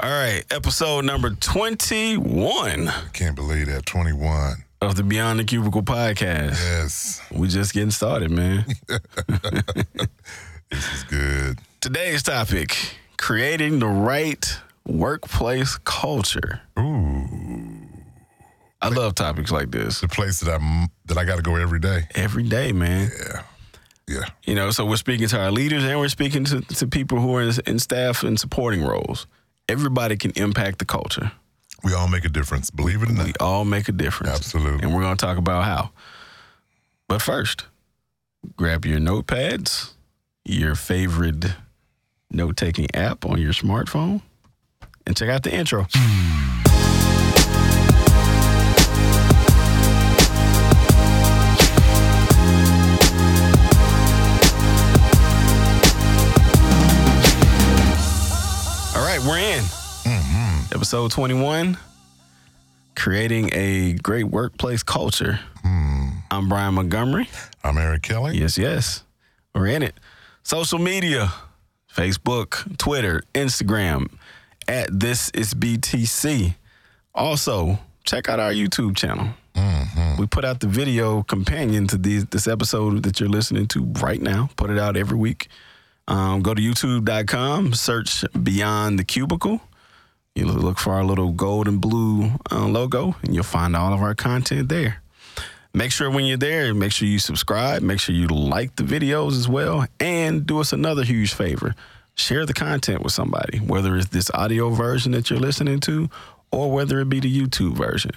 All right, episode number 21 I can't believe that. 21. of the Beyond the Cubicle podcast. Yes, We just getting started, man. this is good. Today's topic, creating the right workplace culture. Ooh, I love topics like this the place that I'm that I got to go every day. every day, man. Yeah, yeah, You know, so we're speaking to our leaders and we're speaking to, to people who are in, in staff and supporting roles. Everybody can impact the culture. we all make a difference. Believe it or not. We all make a difference. Absolutely. And we're going to talk about how. But first, grab your notepads, your favorite note taking app on your smartphone, and check out the intro. All right, we're in. Episode 21 Creating a Great Workplace Culture. I'm Brian Montgomery. I'm Eric Kelly. Yes, yes. We're in it. Social media Facebook, Twitter, Instagram, at This Is BTC. Also, check out our YouTube channel. We put out the video companion to these, this episode that you're listening to right now, put it out every week. Um, go to youtube.com, search Beyond the Cubicle. You look for our little gold and blue uh, logo, and you'll find all of our content there make sure when you're there, make sure you subscribe, make sure you like the videos as well, and do us another huge favor. Share the content with somebody, whether it's this audio version that you're listening to or whether it be the YouTube version.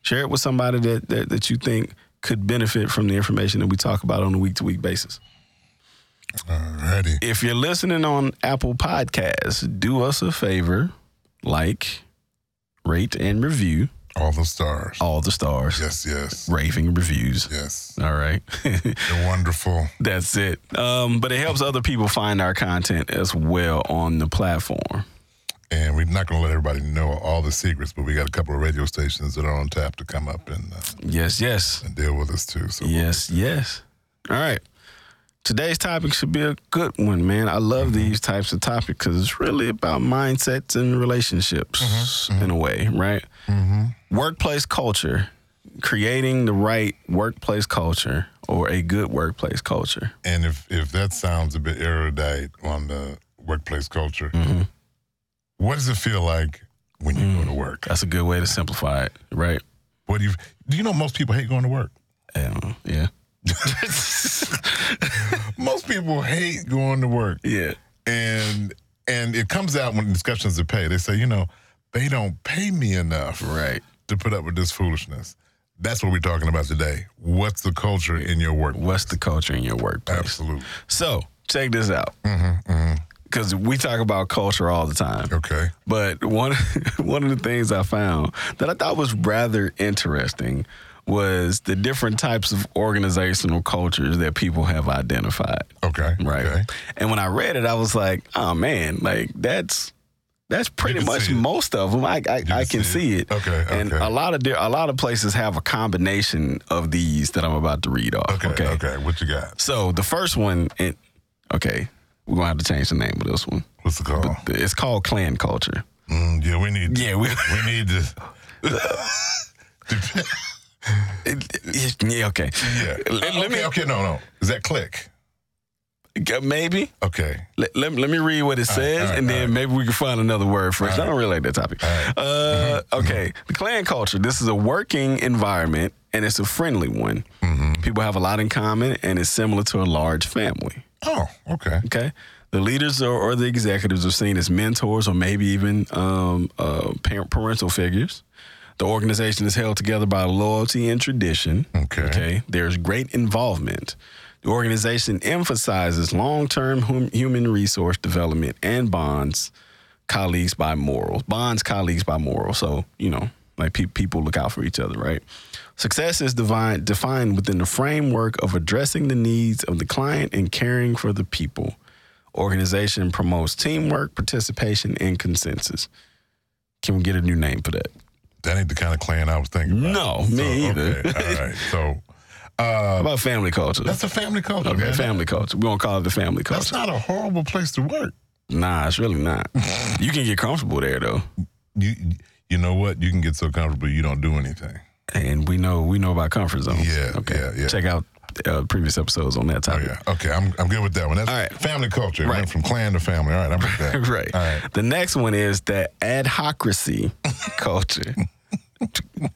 Share it with somebody that, that, that you think could benefit from the information that we talk about on a week to week basis. Alrighty. If you're listening on Apple Podcasts, do us a favor like, rate, and review All the stars. all the stars, Yes, yes, raving reviews. yes. All right. You're wonderful. That's it. Um, but it helps other people find our content as well on the platform. And we're not going to let everybody know all the secrets, but we got a couple of radio stations that are on tap to come up and, uh, Yes, yes. and deal with us too. So Yes, yes. All right. Today's topic should be a good one, man. I love these types of topics because it's really about mindsets and relationships in a way, right? Workplace culture, creating the right workplace culture or a good workplace culture. And if if that sounds a bit erudite on the workplace culture, what does it feel like when you go to work? That's a good way to simplify it, right? What do you do? You know, most people hate going to work. Um, yeah. Most people hate going to work, Yeah. and and it comes out when discussions of pay. They say, you know, they don't pay me enough Right. to put up with this foolishness. That's what we're talking about today. What's the culture in your work? What's the culture in your workplace? Absolutely. So check this out, Mm-hmm, mm-hmm. because we talk about culture all the time. Okay. But one one of the things I found that I thought was rather interesting was the different types of organizational cultures that people have identified. Okay. Right. Okay. And when I read it, I was like, oh man, like that's that's pretty can much see it. most of them. I I, I can see it. Okay, And okay. a lot of di- a lot of places have a combination of these that I'm about to read off. Okay. Okay. What you got? So the first one, it, okay, we're gonna have to change the name of this one. What's the call? It's called clan culture. Mm, yeah, we need. Yeah, we- we need to. Dep- It- it- yeah, okay. yeah. Let- let okay, me- okay, no, no. Is that click? G- Maybe. Okay. Let, let, let me read what it says, all right, and all then maybe we can find another word for it. 'cause I don't really like that topic. right. Mm-hmm. Uh, Okay, the clan culture. This is a working environment, and it's a friendly one. Mm-hmm. People have a lot in common, and it's similar to a large family. Oh, okay. Okay. The leaders or, or the executives are seen as mentors or maybe even um, uh, parent, parental figures. The organization is held together by loyalty and tradition. Okay. Okay. There's great involvement. The organization emphasizes long term hum- human resource development and bonds colleagues by morals. Bonds colleagues by morals. So, you know, like pe- people look out for each other, right? Success is divine, defined within the framework of addressing the needs of the client and caring for the people. Organization promotes teamwork, participation, and consensus. Can we get a new name for that? That ain't the kind of clan I was thinking No, about. me either. Oh, Okay. All right. So uh, How about family culture? that's a family culture. okay, man. family culture. We're going to call it the family that's culture. not a horrible place to work. Nah, it's really not. you can get comfortable there though. You you know what? You can get so comfortable you don't do anything. And we know we know about comfort zones. Yeah, yeah, yeah. Check out uh, previous episodes on that Oh topic. yeah. Okay, I'm I'm good with that one. That's All right. family culture. It Right. Went from clan to family. All right, I'm with that. right. All right. The next one is the adhocracy culture.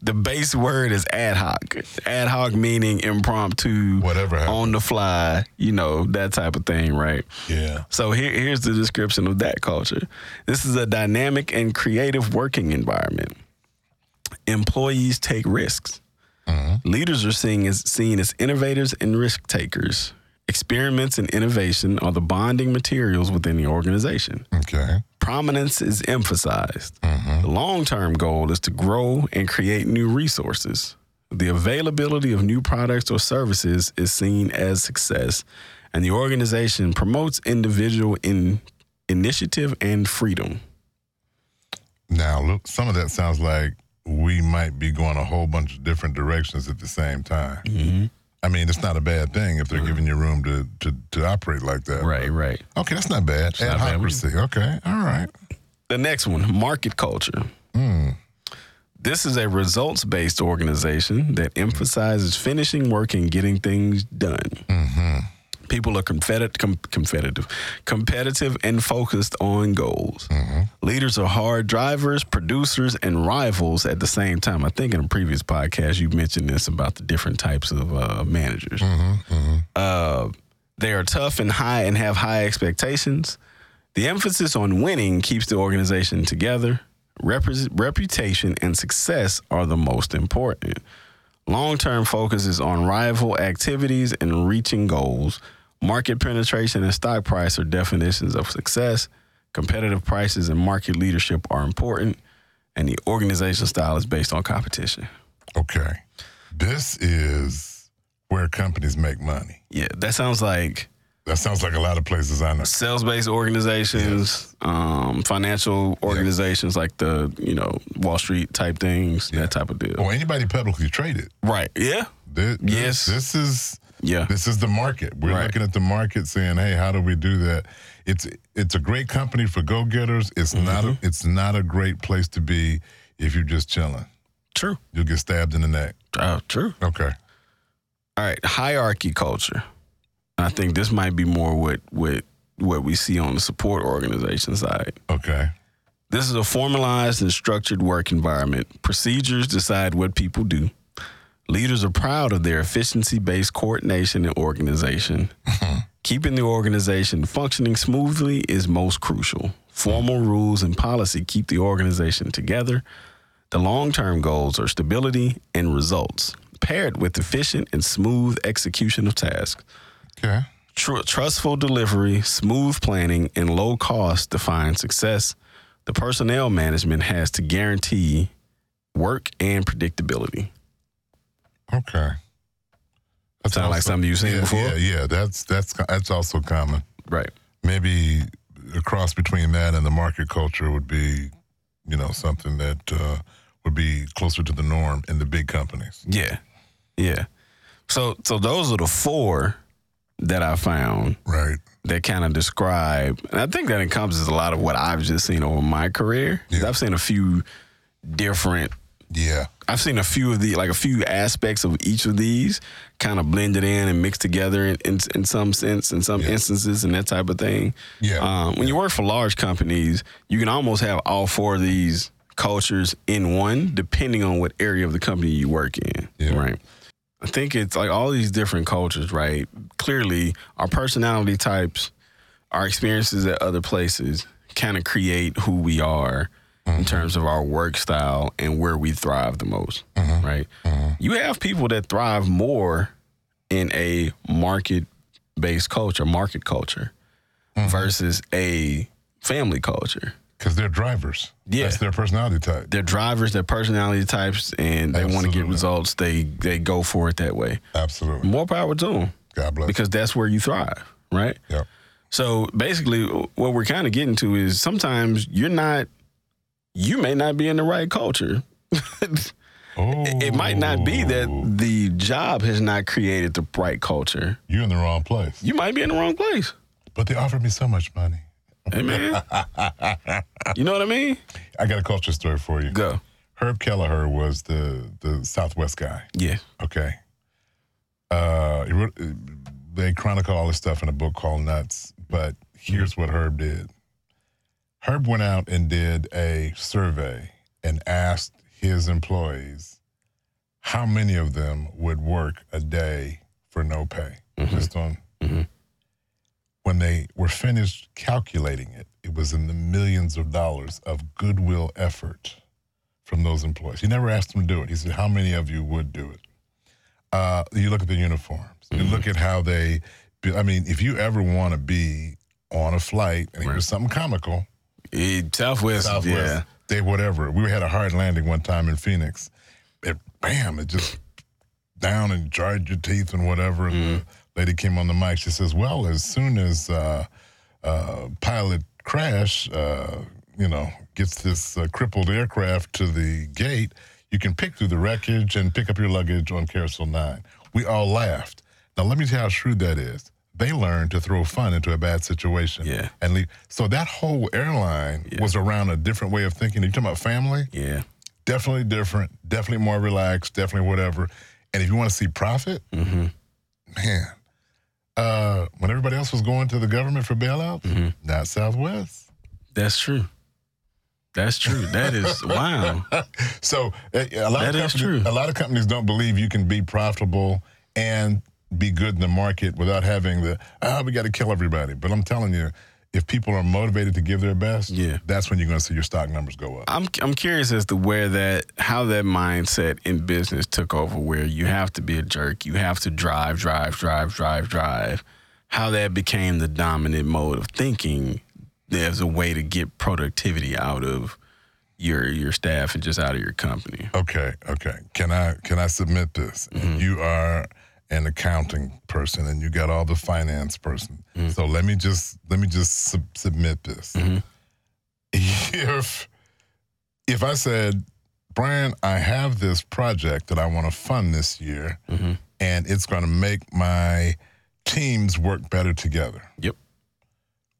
The base word is ad hoc. Ad hoc meaning impromptu, Whatever happened. on the fly, you know, that type of thing, right? Yeah. So here, here's the description of that culture. This is a dynamic and creative working environment. Employees take risks. Leaders are seen as seen as innovators and risk takers. Experiments and innovation are the bonding materials within the organization. Okay. Prominence is emphasized. The long-term goal is to grow and create new resources. The availability of new products or services is seen as success, and the organization promotes individual in initiative and freedom. Now look, some of that sounds like we might be going a whole bunch of different directions at the same time. Mm-hmm. I mean, it's not a bad thing if they're giving you room to, to, to operate like that. Right, right. Okay, that's not bad. not bad. We- Adhocracy. Okay, all right. Hmm, The next one, market culture. This is a results based organization that emphasizes finishing work and getting things done. People are confederative, com- competitive, competitive and focused on goals. Leaders are hard drivers, producers, and rivals at the same time. I think in a previous podcast you mentioned this about the different types of uh, managers. Uh, they are tough and high and have high expectations. The emphasis on winning keeps the organization together. Repres reputation and success are the most important. Long term focus is on rival activities and reaching goals. Market penetration and stock price are definitions of success. Competitive prices and market leadership are important. And the organization style is based on competition. Okay. This is where companies make money. Yeah, that sounds like That sounds like a lot of places I know. sales based organizations, um, financial organizations like the, you know, Wall Street type things, that type of deal. Or Oh, anybody publicly traded. Right. Yeah. This, this- Yes. This is Yeah. this is the market. We're Right. looking at the market, saying, "Hey, how do we do that?" It's it's a great company for go getters. It's Mm-hmm. not a, it's not a great place to be if you're just chilling. True. You'll get stabbed in the neck. Uh, true. Okay. All right. Hierarchy culture. I think this might be more what what what we see on the support organization side. Okay. This is a formalized and structured work environment. Procedures decide what people do. Leaders are proud of their efficiency based coordination and organization. Keeping the organization functioning smoothly is most crucial. Formal rules and policy keep the organization together. The long term goals are stability and results, paired with efficient and smooth execution of tasks. Okay. Tr- trustful delivery, smooth planning, and low cost define success. The personnel management has to guarantee work and predictability. Okay. That Sound like something you've seen yeah, before? Yeah, yeah. That's that's that's also common. Right. Maybe a cross between that and the market culture would be, you know, something that uh, would be closer to the norm in the big companies. Yeah. Yeah. So so those are the four that I found Right. that kind of describe and I think that encompasses a lot of what I've just seen over my career. 'Cause Yeah. I've seen a few different Yeah. I've seen a few of the like a few aspects of each of these kind of blended in and mixed together in, in, in some sense, in some instances, and that type of thing. Yeah. Um, when you work for large companies, you can almost have all four of these cultures in one, depending on what area of the company you work in. Yeah. Right. I think it's like all these different cultures, right? Clearly, our personality types, our experiences at other places kind of create who we are Mm-hmm. in terms of our work style and where we thrive the most, Mm-hmm, right? You have people that thrive more in a market based culture, market culture, versus a family culture. Because they're drivers. Yeah. That's their personality type. They're drivers, they're personality types, and they want to get Absolutely. results. They they go for it that way. Absolutely. More power to them God bless. because that's where you thrive, right? Yep. So basically, what we're kind of getting to is sometimes you're not, you may not be in the right culture. Oh, It might not be that the job has not created the right culture. you're in the wrong place. You might be in the wrong place. But they offered me so much money. Hey, man. you know what I mean? I got a culture story for you. Go. Herb Kelleher was the the Southwest guy. Yeah. Okay. Uh, he wrote, they chronicle all this stuff in a book called Nuts. But here's what Herb did. Herb went out and did a survey and asked his employees how many of them would work a day for no pay, just on. Mhm. When they were finished calculating it, it was in the millions of dollars of goodwill effort from those employees. He never asked them to do it. He said, "How many of you would do it?" Uh, you look at the uniforms. You look at how they. I mean, if you ever want to be on a flight and it Right. was something comical, Eh, Southwest. Southwest, Yeah. they whatever. We had a hard landing one time in Phoenix. It, bam! It just down and jarred your teeth and whatever. And Mm. the lady came on the mic. She says, "Well, as soon as uh, uh, pilot crash, uh, you know, gets this uh, crippled aircraft to the gate, you can pick through the wreckage and pick up your luggage on Carousel 9. We all laughed. Now, let me tell you how shrewd that is. They learned to throw fun into a bad situation. Yeah. And leave. So that whole airline was around a different way of thinking. Are you talking about family? Yeah. Definitely different, definitely more relaxed, definitely whatever. And if you want to see profit, Mm-hmm. man, uh, when everybody else was going to the government for bailout, not Southwest. Mm-hmm. That's true. That's true. That is wow. So uh, a lot That of is companies, true. a lot of companies don't believe you can be profitable and be good in the market without having the ah we got to kill everybody. But I'm telling you, if people are motivated to give their best, Yeah. that's when you're going to see your stock numbers go up. I'm I'm curious as to where that how that mindset in business took over where you have to be a jerk, you have to drive, drive, drive, drive, drive. How that became the dominant mode of thinking as a way to get productivity out of your your staff and just out of your company. Okay, okay. Can I can I submit this? Mm-hmm. You are an accounting person and you got all the finance person. So let me just let me just sub- submit this. Mhm. If if I said, Brian, I have this project that I want to fund this year, Mhm. and it's going to make my teams work better together. Yep.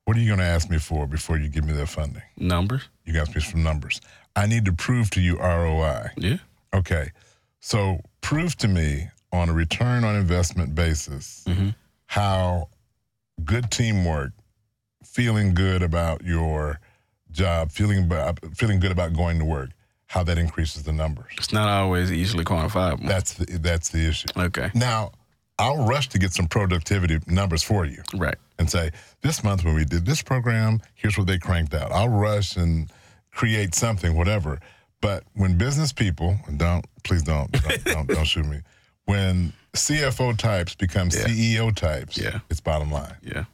What are you going to ask me for before you give me that funding? Numbers. You got me some numbers. I need to prove to you ROI. Yeah. Okay. So prove to me on a return on investment basis Mhm. how good teamwork, feeling good about your job, feeling about, feeling good about going to work, how that increases the numbers. It's not always easily quantifiable. That's the, that's the issue. okay. Now, I'll rush to get some productivity numbers for you Right. and say, this month when we did this program, here's what they cranked out. I'll rush and create something, whatever. But when business people, and don't, please don't, don't, don't, don't shoot me. When CFO types become Yeah. CEO types, Yeah. it's bottom line. Yeah.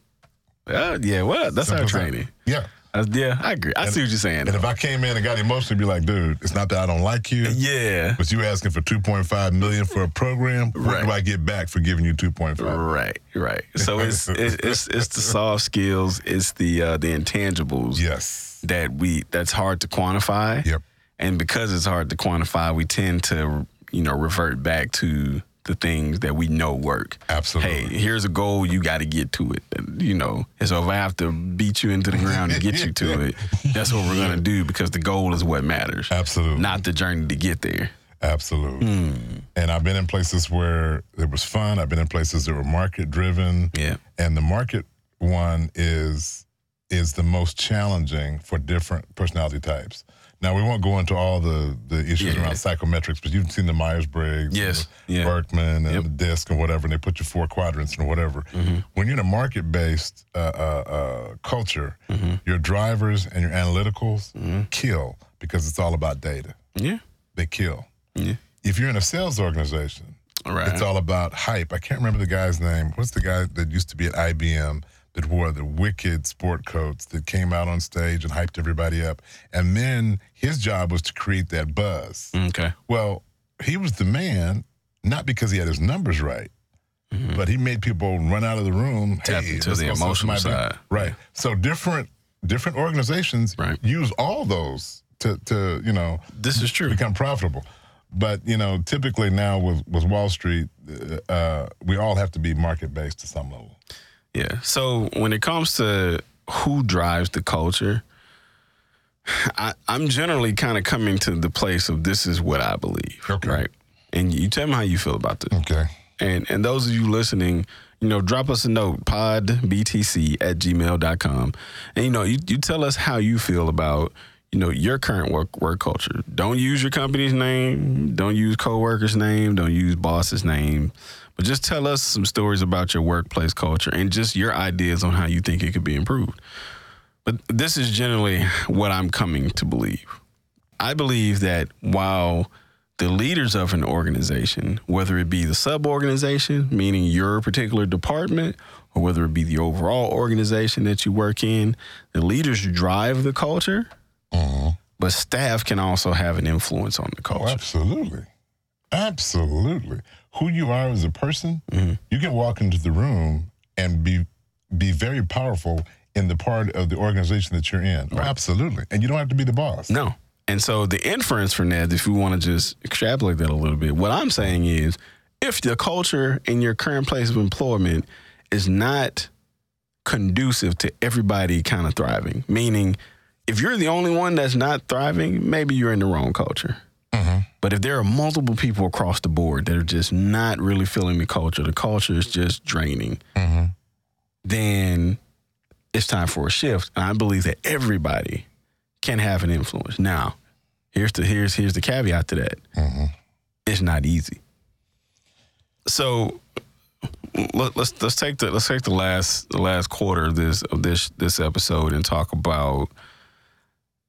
Uh, yeah, well, that's our Simple as that. training. Yeah. That's- Uh, yeah, I agree. I see what you're saying. And if I came in and got emotional, be like, dude, it's not that I don't like you, Yeah. but you asking for 2.5 million for a program, what do Right. I get back for giving you 2.5? Right, right. So it's it's it's it's the soft skills, it's the uh, the intangibles Yes. that we that's hard to quantify. Yep. And because it's hard to quantify, we tend to you know revert back to the things that we know work. Absolutely. Hey, here's a goal. You got to get to it. And, You know, and so if I have to beat you into the ground and get you to it, that's what we're gonna do because the goal is what matters, Absolutely. not the journey to get there. Absolutely. And I've been in places where it was fun. I've been in places that were market driven. Yeah, And the market one is is the most challenging for different personality types. Now we won't go into all the the issues Yeah. around psychometrics, but you've seen the Myers Briggs, Yes. Yeah. Berkman, and Yep. Mm-hmm. the DISC, and whatever, and they put you four quadrants and whatever. When you're in a market based uh, uh, uh, culture, Mm-hmm. your drivers and your analyticals kill because it's all about data. yeah, They kill yeah. if you're in a sales organization, All right. it's all about hype. I can't remember the guy's name. What's the guy that used to be at IBM that wore the wicked sport coats that came out on stage and hyped everybody up? And then his job was to create that buzz. okay. Well, he was the man, not because he had his numbers right, but he made people run out of the room. Mm-hmm. Tap into let's the go sell emotional somebody." side. Right. So different different organizations Right. use all those to to, you know, This is true. become profitable. But you know, typically now with with Wall Street, uh, we all have to be market based to some level. Yeah. So when it comes to who drives the culture, I, I'm generally kind of coming to the place of this is what I believe, Okay. right? And you tell me how you feel about this. Okay. And and those of you listening, you know, drop us a note, podbtc at gmail.com. And you know, you, you tell us how you feel about, you know, your current work work culture. Don't use your company's name, don't use coworkers' name, don't use boss's name. But just tell us some stories about your workplace culture and just your ideas on how you think it could be improved. But this is generally what I'm coming to believe. I believe that while the leaders of an organization, whether it be the sub organization, meaning your particular department, or whether it be the overall organization that you work in, the leaders drive the culture, Mhm. but staff can also have an influence on the Oh, culture. absolutely. Absolutely. Who you are as a person, you can walk into the room and be be very powerful in the part of the organization that you're in. Oh, absolutely. And you don't have to be the boss. No. And so the inference for Ned, if you want to just extrapolate that a little bit, what I'm saying is if the culture in your current place of employment is not conducive to everybody kind of thriving, meaning if you're the only one that's not thriving, maybe you're in the wrong culture. But if there are multiple people across the board that are just not really feeling the culture, the culture is just draining, Mm-hmm. then it's time for a shift. And I believe that everybody can have an influence. Now, here's the here's here's the caveat to that. Mm-hmm. It's not easy. So let, let's let's take the let's take the last the last quarter of this of this this episode and talk about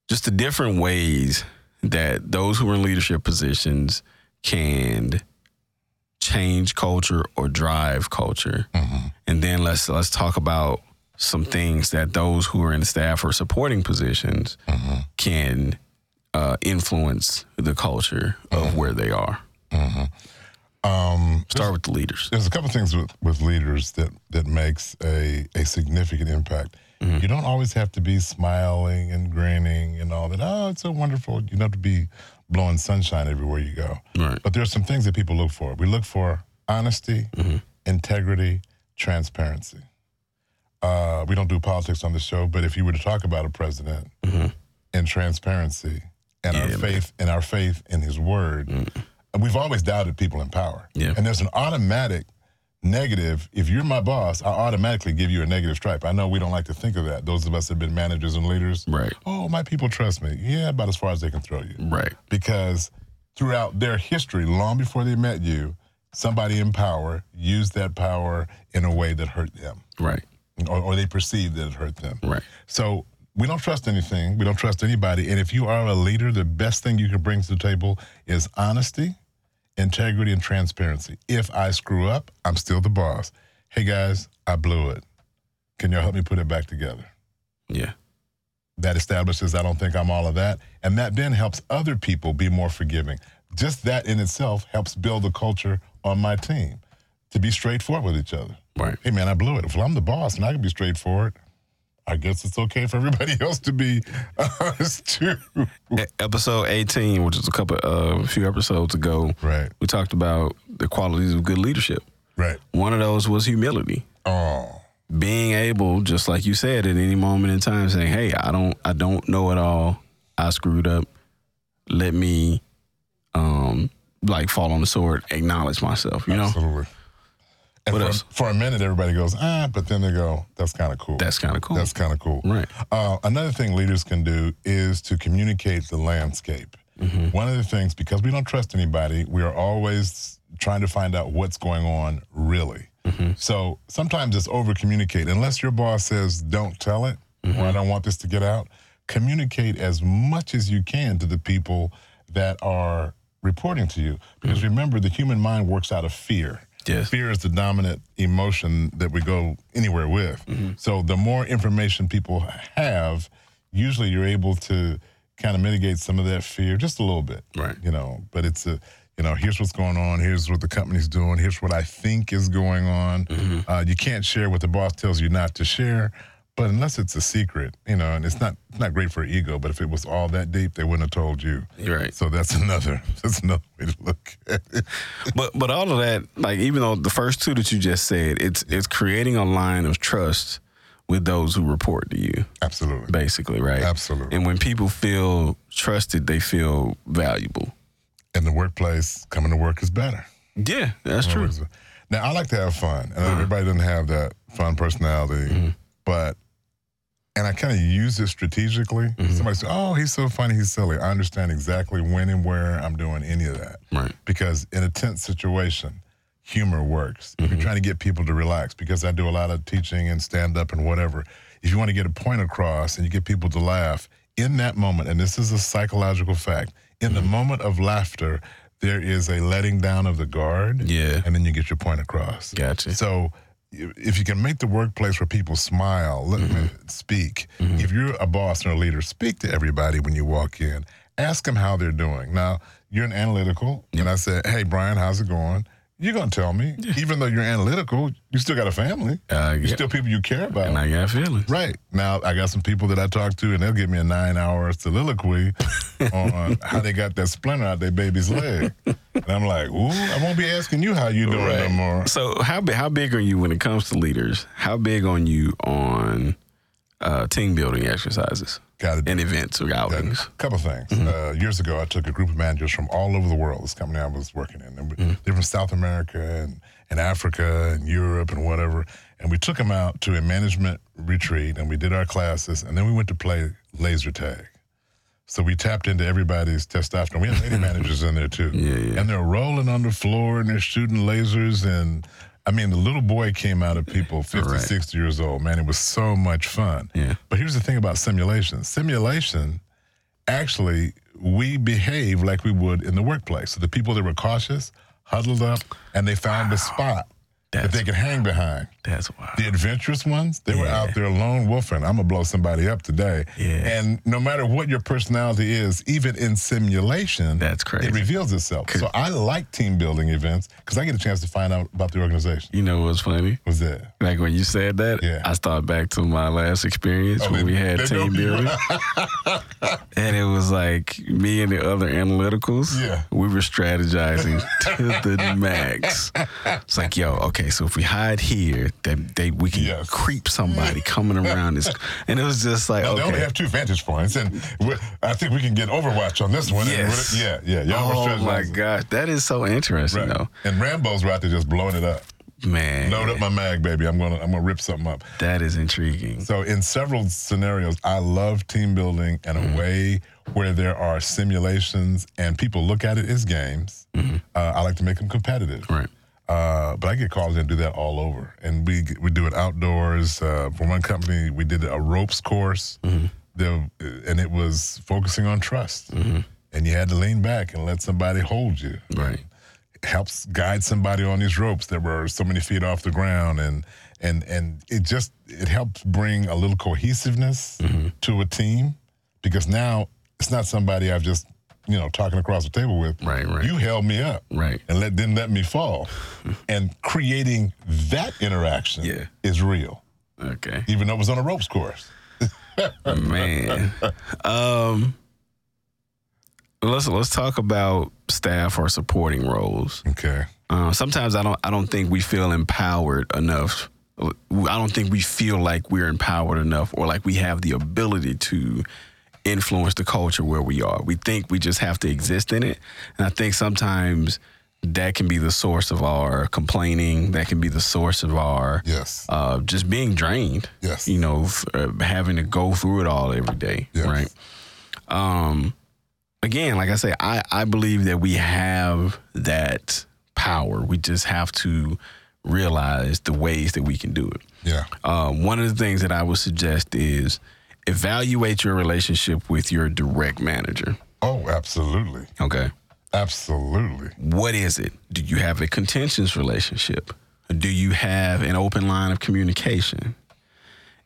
just the different ways that those who are in leadership positions can change culture or drive culture. Mm-hmm. And then let's let's talk about some things that those who are in staff or supporting positions Mm-hmm. can uh, influence the culture of where they are. Mm-hmm. Um, Start with the leaders. there's a couple things with, with leaders that that makes a, a significant impact. You don't always have to be smiling and grinning and all that. Oh, it's so wonderful. You don't have to be blowing sunshine everywhere you go. Right. But there's some things that people look for. We look for honesty, integrity, transparency. Uh, we don't do politics on the show, but if you were to talk about a president Mm-hmm. and transparency and our Yeah, man. Mm. faith and our faith in his word, and we've always doubted people in power. Yeah. And there's an automatic negative. If you're my boss, I automatically give you a negative stripe. I know we don't like to think of that. Those of us that have been managers and leaders. Right. Oh, my people trust me. Yeah, about as far as they can throw you Right. because throughout their history, long before they met you, somebody in power used that power in a way that hurt them Right. or, or they perceived that it hurt them. Right. So we don't trust anything, we don't trust anybody. And if you are a leader, the best thing you can bring to the table is honesty, integrity, and transparency. If I screw up, I'm still the boss. Hey guys, I blew it. Can y'all help me put it back together? Yeah. that establishes I don't think I'm all of that. And that then helps other people be more forgiving. Just that in itself helps build a culture on my team to be straightforward with each other. Right. Hey man, I blew it. If I'm the boss and I can be straightforward, I guess it's okay for everybody else to be honest too. E- episode 18, which is a couple uh, a few episodes ago, Right, we talked about the qualities of good leadership. right. One of those was humility. Oh, Being able, just like you said, at any moment in time, saying, "Hey, I don't, I don't know it all. I screwed up. Let me, um, like fall on the sword, acknowledge myself." You know, absolutely. And What for, else? for a minute, everybody goes, ah, but then they go, that's kind of cool. that's kind of cool. That's kind of cool. Right. Uh, another thing leaders can do is to communicate the landscape. One of the things, because we don't trust anybody, we are always trying to find out what's going on really. So sometimes it's over communicate. Unless your boss says, don't tell it, or I don't want this to get out, communicate as much as you can to the people that are reporting to you. Because remember, the human mind works out of fear Yes. fear is the dominant emotion that we go anywhere with. Mm-hmm. So the more information people have, usually you're able to kind of mitigate some of that fear just a little bit. Right. You know, but it's a you know, here's what's going on. Here's what the company's doing. Here's what I think is going on. Mm-hmm. Uh, you can't share what the boss tells you not to share, but unless it's a secret, you know, and it's not it's not great for ego. But if it was all that deep, they wouldn't have told you. You're right. So that's another that's another way to look at it. but but all of that, like even though the first two that you just said, it's it's creating a line of trust with those who report to you, Absolutely. basically, right? Absolutely. And when people feel trusted, they feel valuable. In the workplace, coming to work is better. Yeah, that's true. Now I like to have fun, and everybody doesn't have that fun personality, but and I kind of use it strategically. Somebody said, "Oh, he's so funny, he's silly." I understand exactly when and where I'm doing any of that Right. because in a tense situation, humor works. If you're trying to get people to relax, because I do a lot of teaching and stand up and whatever, if you want to get a point across and you get people to laugh in that moment, and this is a psychological fact, in the moment of laughter, there is a letting down of the guard, Yeah. and then you get your point across. Gotcha. So i- if you can make the workplace where people smile, look, Mm-hmm. speak. If you're a boss or a leader, speak to everybody when you walk in. Ask them how they're doing. Now, you're an analytical, and I said, hey, Brian, how's it going? You're going to tell me. Even though you're analytical, you still got a family. Uh, You're yeah. still people you care about. And I got feelings. Right. Now, I got some people that I talk to, and they'll give me a nine hour soliloquy on how they got that splinter out their baby's leg. And I'm like, ooh, I won't be asking you how you doing no more. So how bi- how big are you when it comes to leaders? How big on you on uh, team building exercises Got it. and events or outings? couple things. Mm-hmm. Uh, years ago, I took a group of managers from all over the world. This company I was working in, and we, Mm-hmm. they're from South America and, and Africa and Europe and whatever. And we took them out to a management retreat, and we did our classes, and then we went to play laser tag. So we tapped into everybody's testosterone. We had lady managers in there too, yeah. and they're rolling on the floor and they're shooting lasers. And I mean, the little boy came out of people 50, Right. 60 years old. Man, it was so much fun. Yeah. But here's the thing about simulation. Simulation, actually, we behave like we would in the workplace. So the people that were cautious huddled up and they found a spot that That's- they could hang behind. That's wild. The adventurous ones, they were Yeah. out there lone wolfing. I'm gonna blow somebody up today. Yeah. And no matter what your personality is, even in simulation, That's crazy. It reveals itself. So I like team building events because I get a chance to find out about the organization. You know what's funny? Was that? Like when you said that, Yeah. I thought back to my last experience Oh, when they- we had they team know you. building. and it was like me and the other analyticals, Yeah. we were strategizing to the max. It's like, yo, okay, so if we hide here, that they we can Yes. creep somebody coming around this and it was just like Now, They only okay. have two vantage points, and we- I think we can get Overwatch on this one. and Yes. we're- yeah, yeah. Y'all were Oh my strategizing. gosh, that is so interesting Right. though. And Rambo's right there just blowing it up. Man, Load up my mag, baby. I'm gonna I'm gonna rip something up. that is intriguing. So in several scenarios, I love team building in a Mm-hmm. way where there are simulations and people look at it as games. Mm-hmm. Uh, I like to make them competitive. Right. Uh, but I get called in to do that all over, and we we do it outdoors. Uh, for one company, we did a ropes course, There- uh, and it was focusing on trust. And you had to lean back and let somebody hold you Right. helps guide somebody on these ropes that were so many feet off the ground and and and it just it helps bring a little cohesiveness to a team because now it's not somebody I've just you know talking across the table with Right, right. you held me up Right. and let didn't let me fall and creating that interaction Yeah. is real Okay. even though it was on a ropes course Man. Um let's let's talk about staff or supporting roles. okay Uh, sometimes I don't I don't think we feel empowered enough. I don't think we feel like we're empowered enough or like we have the ability to influence the culture where we are. We think we just have to exist in it. And I think sometimes that can be the source of our complaining, that can be the source of our yes uh, just being drained. Yes. You know, f- uh, having to go through it all every day. Yes. Right. Um, again, like I say, I, I believe that we have that power. We just have to realize the ways that we can do it. yeah Um, one of the things that I would suggest is evaluate your relationship with your direct manager. oh absolutely Okay. absolutely What is it? Do you have a contentious relationship? Do you have an open line of communication?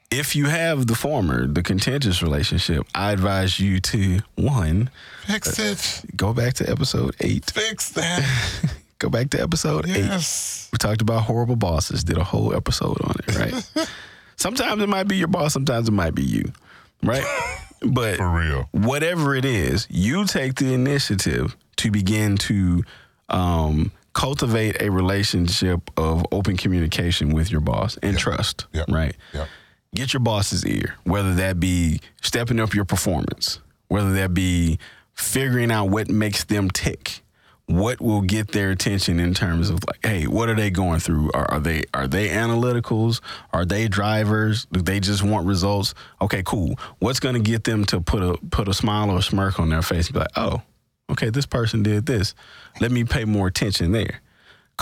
If you have the former, the contentious relationship, I advise you to one, Uh, fix it go back to episode eight. fix that Go back to episode eight. yes We talked about horrible bosses, did a whole episode on it, right? sometimes it might be your boss, sometimes it might be you, right? But For real. whatever it is, you take the initiative to begin to um, cultivate a relationship of open communication with your boss and trust, Yeah. right? Yeah. get your boss's ear, whether that be stepping up your performance, whether that be figuring out what makes them tick, what will get their attention in terms of like, hey, what are they going through? Are, are they are they analyticals? Are they drivers? Do they just want results? Okay, cool. What's gonna get them to put a put a smile or a smirk on their face and be like, oh, okay, this person did this. Let me pay more attention there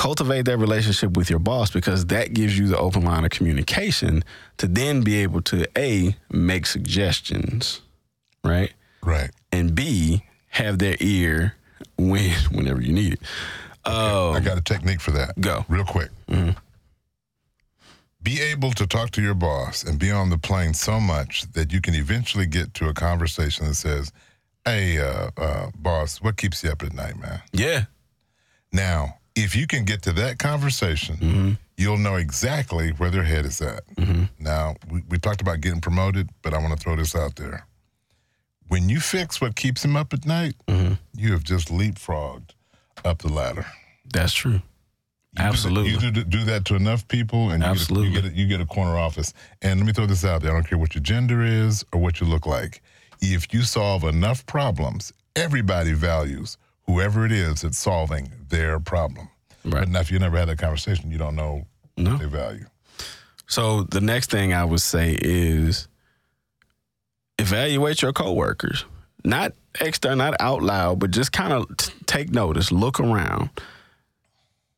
cultivate that relationship with your boss because that gives you the open line of communication to then be able to a make suggestions right Right. and b have their ear when whenever you need it oh I got a technique for that. Go. Real quick. mm-hmm. Be able to talk to your boss and be on the plane so much that you can eventually get to a conversation that says, Hey, uh, uh, boss, what keeps you up at night, man? yeah Now, if you can get to that conversation, you'll know exactly where their head is at. Now, we, we talked about getting promoted, but I want to throw this out there. When you fix what keeps him up at night, you have just leapfrogged up the ladder. that's true You do that- Absolutely. you do, do that to enough people, and you get a- Absolutely. you, get a, you get a corner office. And let me throw this out there I don't care what your gender is or what you look like. If you solve enough problems, everybody values whoever it is that's solving their problem. right But now, if you never had that conversation, you don't know no what they value. So the next thing I would say is evaluate your coworkers. Not external, not out loud, but just kind of t- take notice, look around,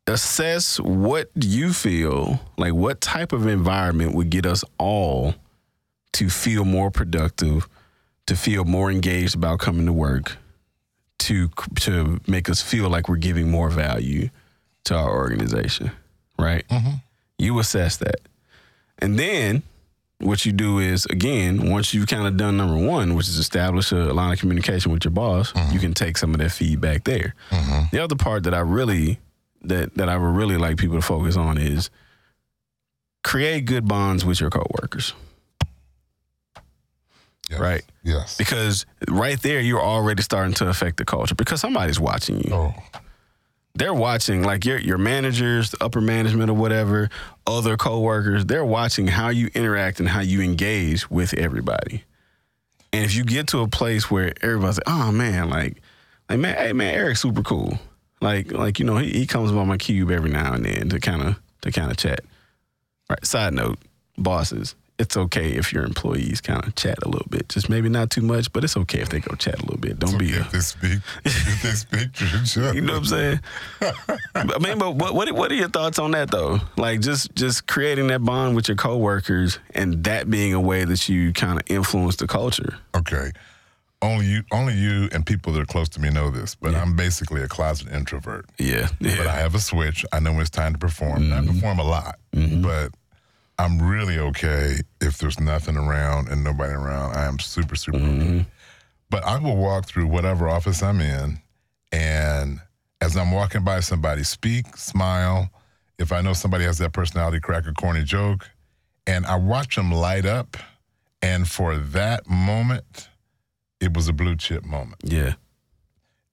assess what you feel like what type of environment would get us all to feel more productive, to feel more engaged about coming to work, to to make us feel like we're giving more value to our organization, right? Mm-hmm. You assess that. And then what you do is, again, once you've kind of done number one, which is establish a line of communication with your boss, you can take some of that feedback there. Mm-hmm. The other part that I really that that I would really like people to focus on is create good bonds with your coworkers. Yes. Right. Yes. Because right there you're already starting to affect the culture because somebody's watching you. Oh, they're watching like your your managers, the upper management or whatever, other coworkers, they're watching how you interact and how you engage with everybody. And if you get to a place where everybody's like, oh man, like, like man, hey man, Eric's super cool. Like, like, you know, he, he comes by my cube every now and then to kind of to kind of chat. Right. Side note, bosses, it's okay if your employees kind of chat a little bit. Just maybe not too much, but it's okay if they go chat a little bit. Don't be a, if they speak, if they speak to each other. you know what I'm saying? I mean, but what, what what are your thoughts on that though? Like just just creating that bond with your coworkers and that being a way that you kind of influence the culture. Okay. Only you, only you, and people that are close to me know this. But I'm basically a closet introvert. Yeah, But yeah, I have a switch. I know when it's time to perform. And I perform a lot, but I'm really okay if there's nothing around and nobody around. I am super, super okay. But I will walk through whatever office I'm in, and as I'm walking by somebody, speak, smile. If I know somebody has that personality, crack a corny joke, and I watch them light up. And for that moment, it was a blue chip moment yeah,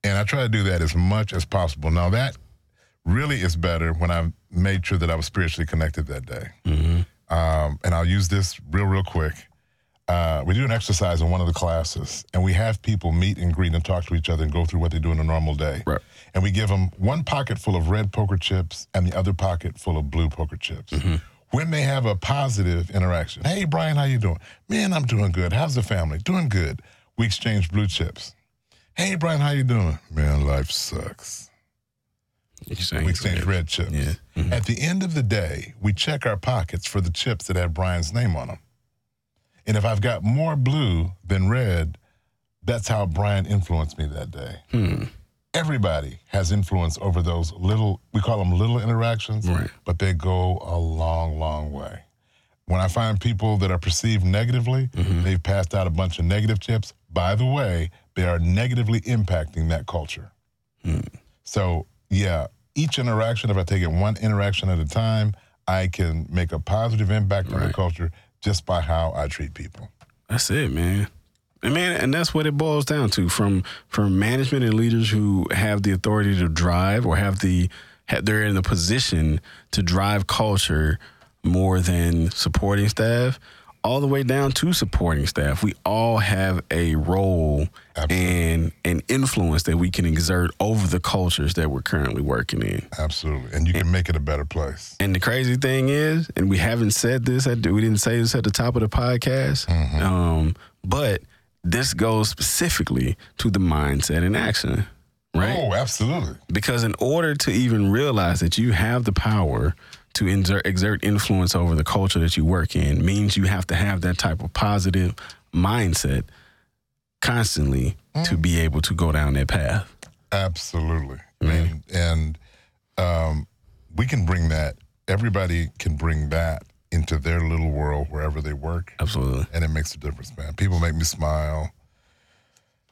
and I try to do that as much as possible. Now that really is better when I made sure that I was spiritually connected that day. Mm-hmm. Um, and I'll use this real, real quick. Uh, we do an exercise in one of the classes, and we have people meet and greet and talk to each other and go through what they do in a normal day. Right. And we give them one pocket full of red poker chips and the other pocket full of blue poker chips. Mm-hmm. When they have a positive interaction, hey Brian, how you doing? Man, I'm doing good. How's the family? Doing good. We exchange blue chips. Hey Brian, how you doing? Man, life sucks. You're saying We exchange red chips. Yeah. At the end of the day, we check our pockets for the chips that have Brian's name on them. And if I've got more blue than red, that's how Brian influenced me that day. Hmm. Everybody has influence over those little, we call them little interactions, Hmm, Right. but they go a long, long way. When I find people that are perceived negatively, Mm-hmm. they've passed out a bunch of negative chips. By the way, they are negatively impacting that culture. Hmm. So, yeah, each interaction, if I take it one interaction at a time, I can make a positive impact on the Right. culture just by how I treat people. That's it, man. And man, and that's what it boils down to from from management and leaders who have the authority to drive or have the ha they're in the position to drive culture more than supporting staff all the way down to supporting staff. We all have a role Absolutely. and an influence that we can exert over the cultures that we're currently working in. Absolutely. And you can make it a better place. And the crazy thing is, and we haven't said this, at, we didn't say this at the top of the podcast, um, but this goes specifically to the mindset and action, right? Oh, absolutely. Because in order to even realize that you have the power to exert, exert influence over the culture that you work in means you have to have that type of positive mindset constantly to be able to go down that path. Absolutely. And, Mm-hmm. and um, we can bring that, everybody can bring that into their little world wherever they work. Absolutely. And it makes a difference, man. People make me smile.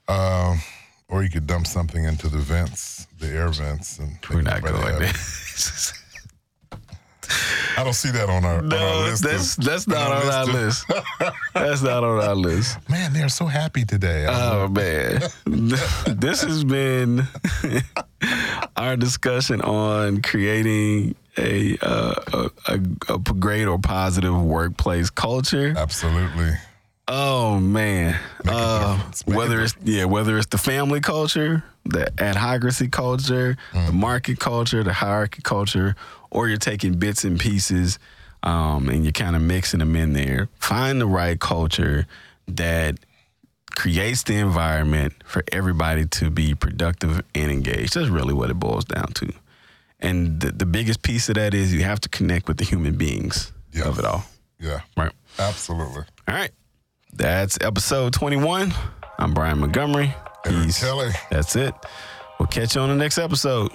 Um, or you could dump something into the vents, the air vents, and make We're not everybody going happy. there. I don't see that on our, on our no, list. that's of- that's not on our on our list. that's not on our list. man, they're so happy today. I Oh man, this has been our discussion on creating a, uh, a, a a great or positive workplace culture. Absolutely. Oh man, Make a Uh, difference. Make a whether it's yeah, whether it's the family culture, the adhocracy culture, Mm. the market culture, the hierarchy culture, or you're taking bits and pieces um, and you're kind of mixing them in there. Find the right culture that creates the environment for everybody to be productive and engaged. That's really what it boils down to. And the, the biggest piece of that is you have to connect with the human beings Yes. of it all. Yeah, Right. absolutely. All right. That's episode 21. I'm Brian Montgomery. Eric Peace. Kelly. That's it. We'll catch you on the next episode.